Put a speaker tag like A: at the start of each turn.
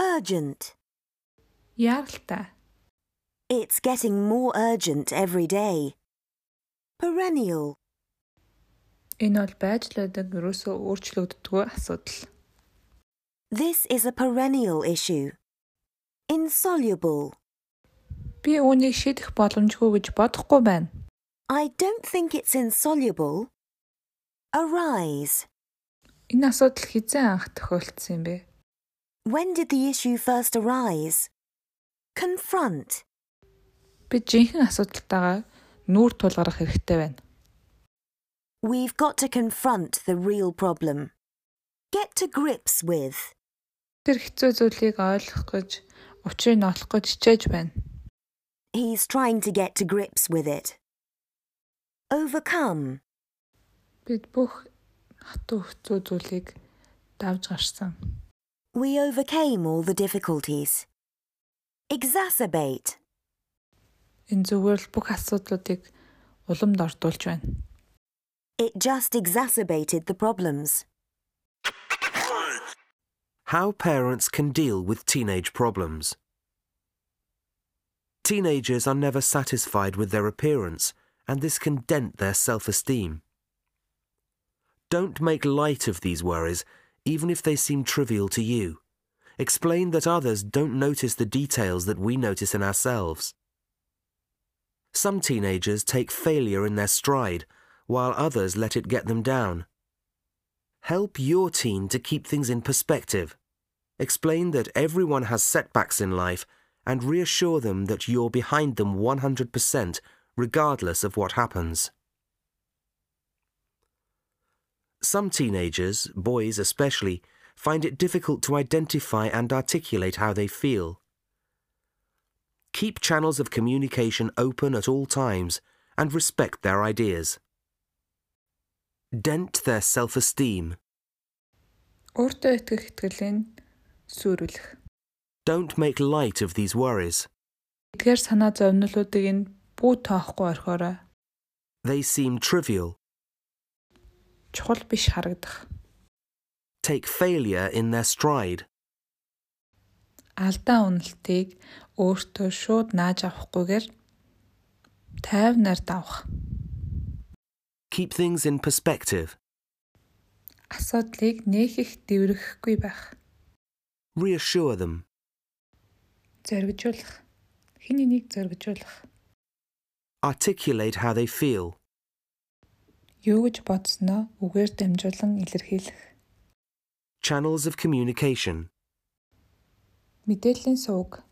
A: urgent.
B: Яаралтай.
A: It's getting more urgent every day. Perennial.
B: Энэ бол байж л байдаг ерөөсөө өөрчлөгддөггүй асуудал.
A: This is a perennial issue. Insoluble.
B: Би үүнийг шийдэх боломжгүй гэж бодохгүй байна.
A: I don't think it's insoluble. Arise.
B: Энэ асуудал хизээ анх тохиолдсон юм бэ?
A: When did the issue first arise? Confront.
B: Би жинхэнэ асуудалтайгаа нүүр тулгарах хэрэгтэй байна.
A: We've got to confront the real problem. Get to grips with.
B: Тэр хэцүү зүйлийг ойлгох гэж, учрыг нь олох гэж хичээж байна.
A: He's trying to get to grips with it. Overcome.
B: Бид бүх хатуу хэцүү зүйлийг давж гарсан.
A: We overcame all the difficulties. Exacerbate.
B: Энэ зүгээр л бүх асуудлуудыг уламд ордуулж байна.
A: It just exacerbated the problems.
C: How parents can deal with teenage problems. Teenagers are never satisfied with their appearance, and this can dent their self esteem. Don't make light of these worries, even if they seem trivial to you. Explain that others don't notice the details that we notice in ourselves. Some teenagers take failure in their stride, while others let it get them down. Help your teen to keep things in perspective. Explain that everyone has setbacks in life and reassure them that you're behind them 100% regardless of what happens. Some teenagers, boys especially, find it difficult to identify and articulate how they feel. Keep channels of communication open at all times and respect their ideas. Dent their self esteem.
B: Өөртөө итгэх итгэлээ нь сүйрүүлэх.
C: Don't make light of these worries.
B: Эдгээр санаа зовнилуудыг нь бүү тоохгүй орхиорой.
C: They seem trivial.
B: Чухал биш харагдах.
C: Take failure in their stride.
B: Алдаа үнэлтийг өөртөө шууд нааж авахгүйгээр тайвнаар давах.
C: Keep things in perspective.
B: Асуудлыг нээхэх дэврэхгүй байх.
C: Reassure them.
B: Зоригжуулах. Хин энийг зоригжуулах.
C: Articulate how they feel.
B: Юу гэж бодсноо үгээр дамжуулан илэрхийлэх.
C: Channels of communication.
B: Мэдээллийн сувг.